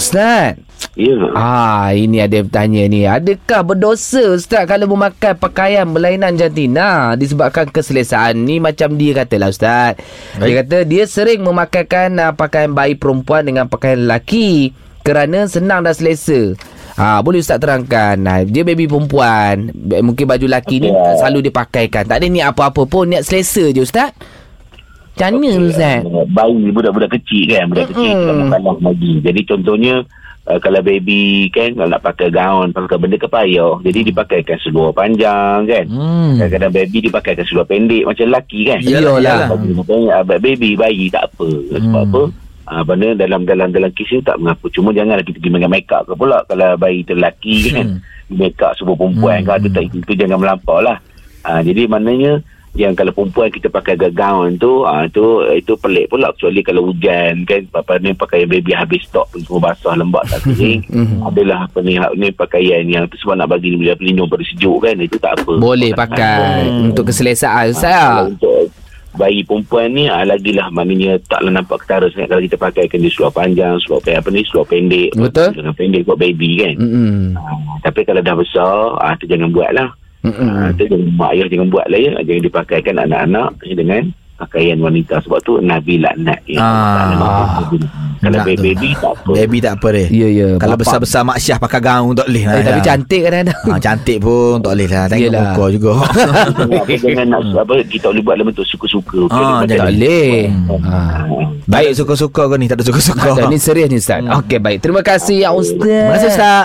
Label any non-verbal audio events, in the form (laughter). Ustaz Ya ke? Ah ini ada yang bertanya ni Adakah berdosa Ustaz Kalau memakai pakaian berlainan jantina Disebabkan keselesaan ni Macam dia katalah Ustaz Dia kata dia sering memakaikan uh, Pakaian bayi perempuan dengan pakaian lelaki Kerana senang dan selesa Ha, boleh Ustaz terangkan ha, Dia baby perempuan Ba- Mungkin baju lelaki ni Okey. Selalu dia pakaikan Tak ada niat apa-apa pun Niat selesa je Ustaz Macam mana okay. Ustaz Uh, Bayi budak-budak kecil kan Budak kecil kan? Mm-mm. kita mukallaf lagi Jadi contohnya uh, Kalau baby kan Kalau nak pakai gaun Pakai benda kepayah Mm. Jadi dipakaikan seluar panjang kan Hmm. Kadang-kadang baby dipakaikan seluar pendek Macam lelaki kan Iyalah, iyalah. Bagi makanya, ah, Baby bayi tak apa Sebab apa Ah, benda dalam dalam dalam kes ni tak mengapa cuma janganlah kita pergi pakai make up ke pula kalau bayi tu lelaki kan make up semua perempuan hmm. kan tu tak itu jangan melampau lah Ah, jadi maknanya yang kalau perempuan kita pakai gaun tu ah, tu itu pelik pula kecuali kalau hujan kan apa ni pakaian baby habis stok pun semua basah lembab tak kering adalah apa ni hak ni pakaian yang tu sebab nak bagi dia pelindung pada sejuk kan itu tak apa Boleh pakai Hmm. Untuk keselesaan Ustaz lah. Kalau untuk bayi perempuan ni ah, lagilah maknanya taklah nampak ketara sangat kalau kita pakai dia seluar panjang, seluar pe- apa ni seluar pendek. Betul. Jangan pendek buat baby kan. Mm. Mm-mm. tapi kalau dah besar, ah tu jangan buat lah. Mm-mm. Hmm. Ah, tu jangan mak ayah jangan buat lah ya. Jangan dipakaikan anak-anak ni dengan pakaian wanita sebab tu Nabi laknat ya. Ah. Kalau Nak tu. baby, baby tak apa. Baby tak apa dia. Ya, ya. Kalau Bapak- besar-besar Mak Syah pakai gaun tak boleh lah. Eh, tapi Syah. cantik kadang-kadang. (laughs) Ah, cantik pun tak boleh lah. Tengok Yelah. muka (laughs) juga. Jangan, jangan nak apa kita boleh buat dalam bentuk suka-suka. Okey, Ah, daripada- tak boleh. Hmm. Ha. (laughs) Ah. Baik suka-suka kau ni. Tak ada suka-suka. Hmm. Dah ni serius ni Ustaz. Okey baik. Terima kasih ya Ustaz. Terima kasih Ustaz.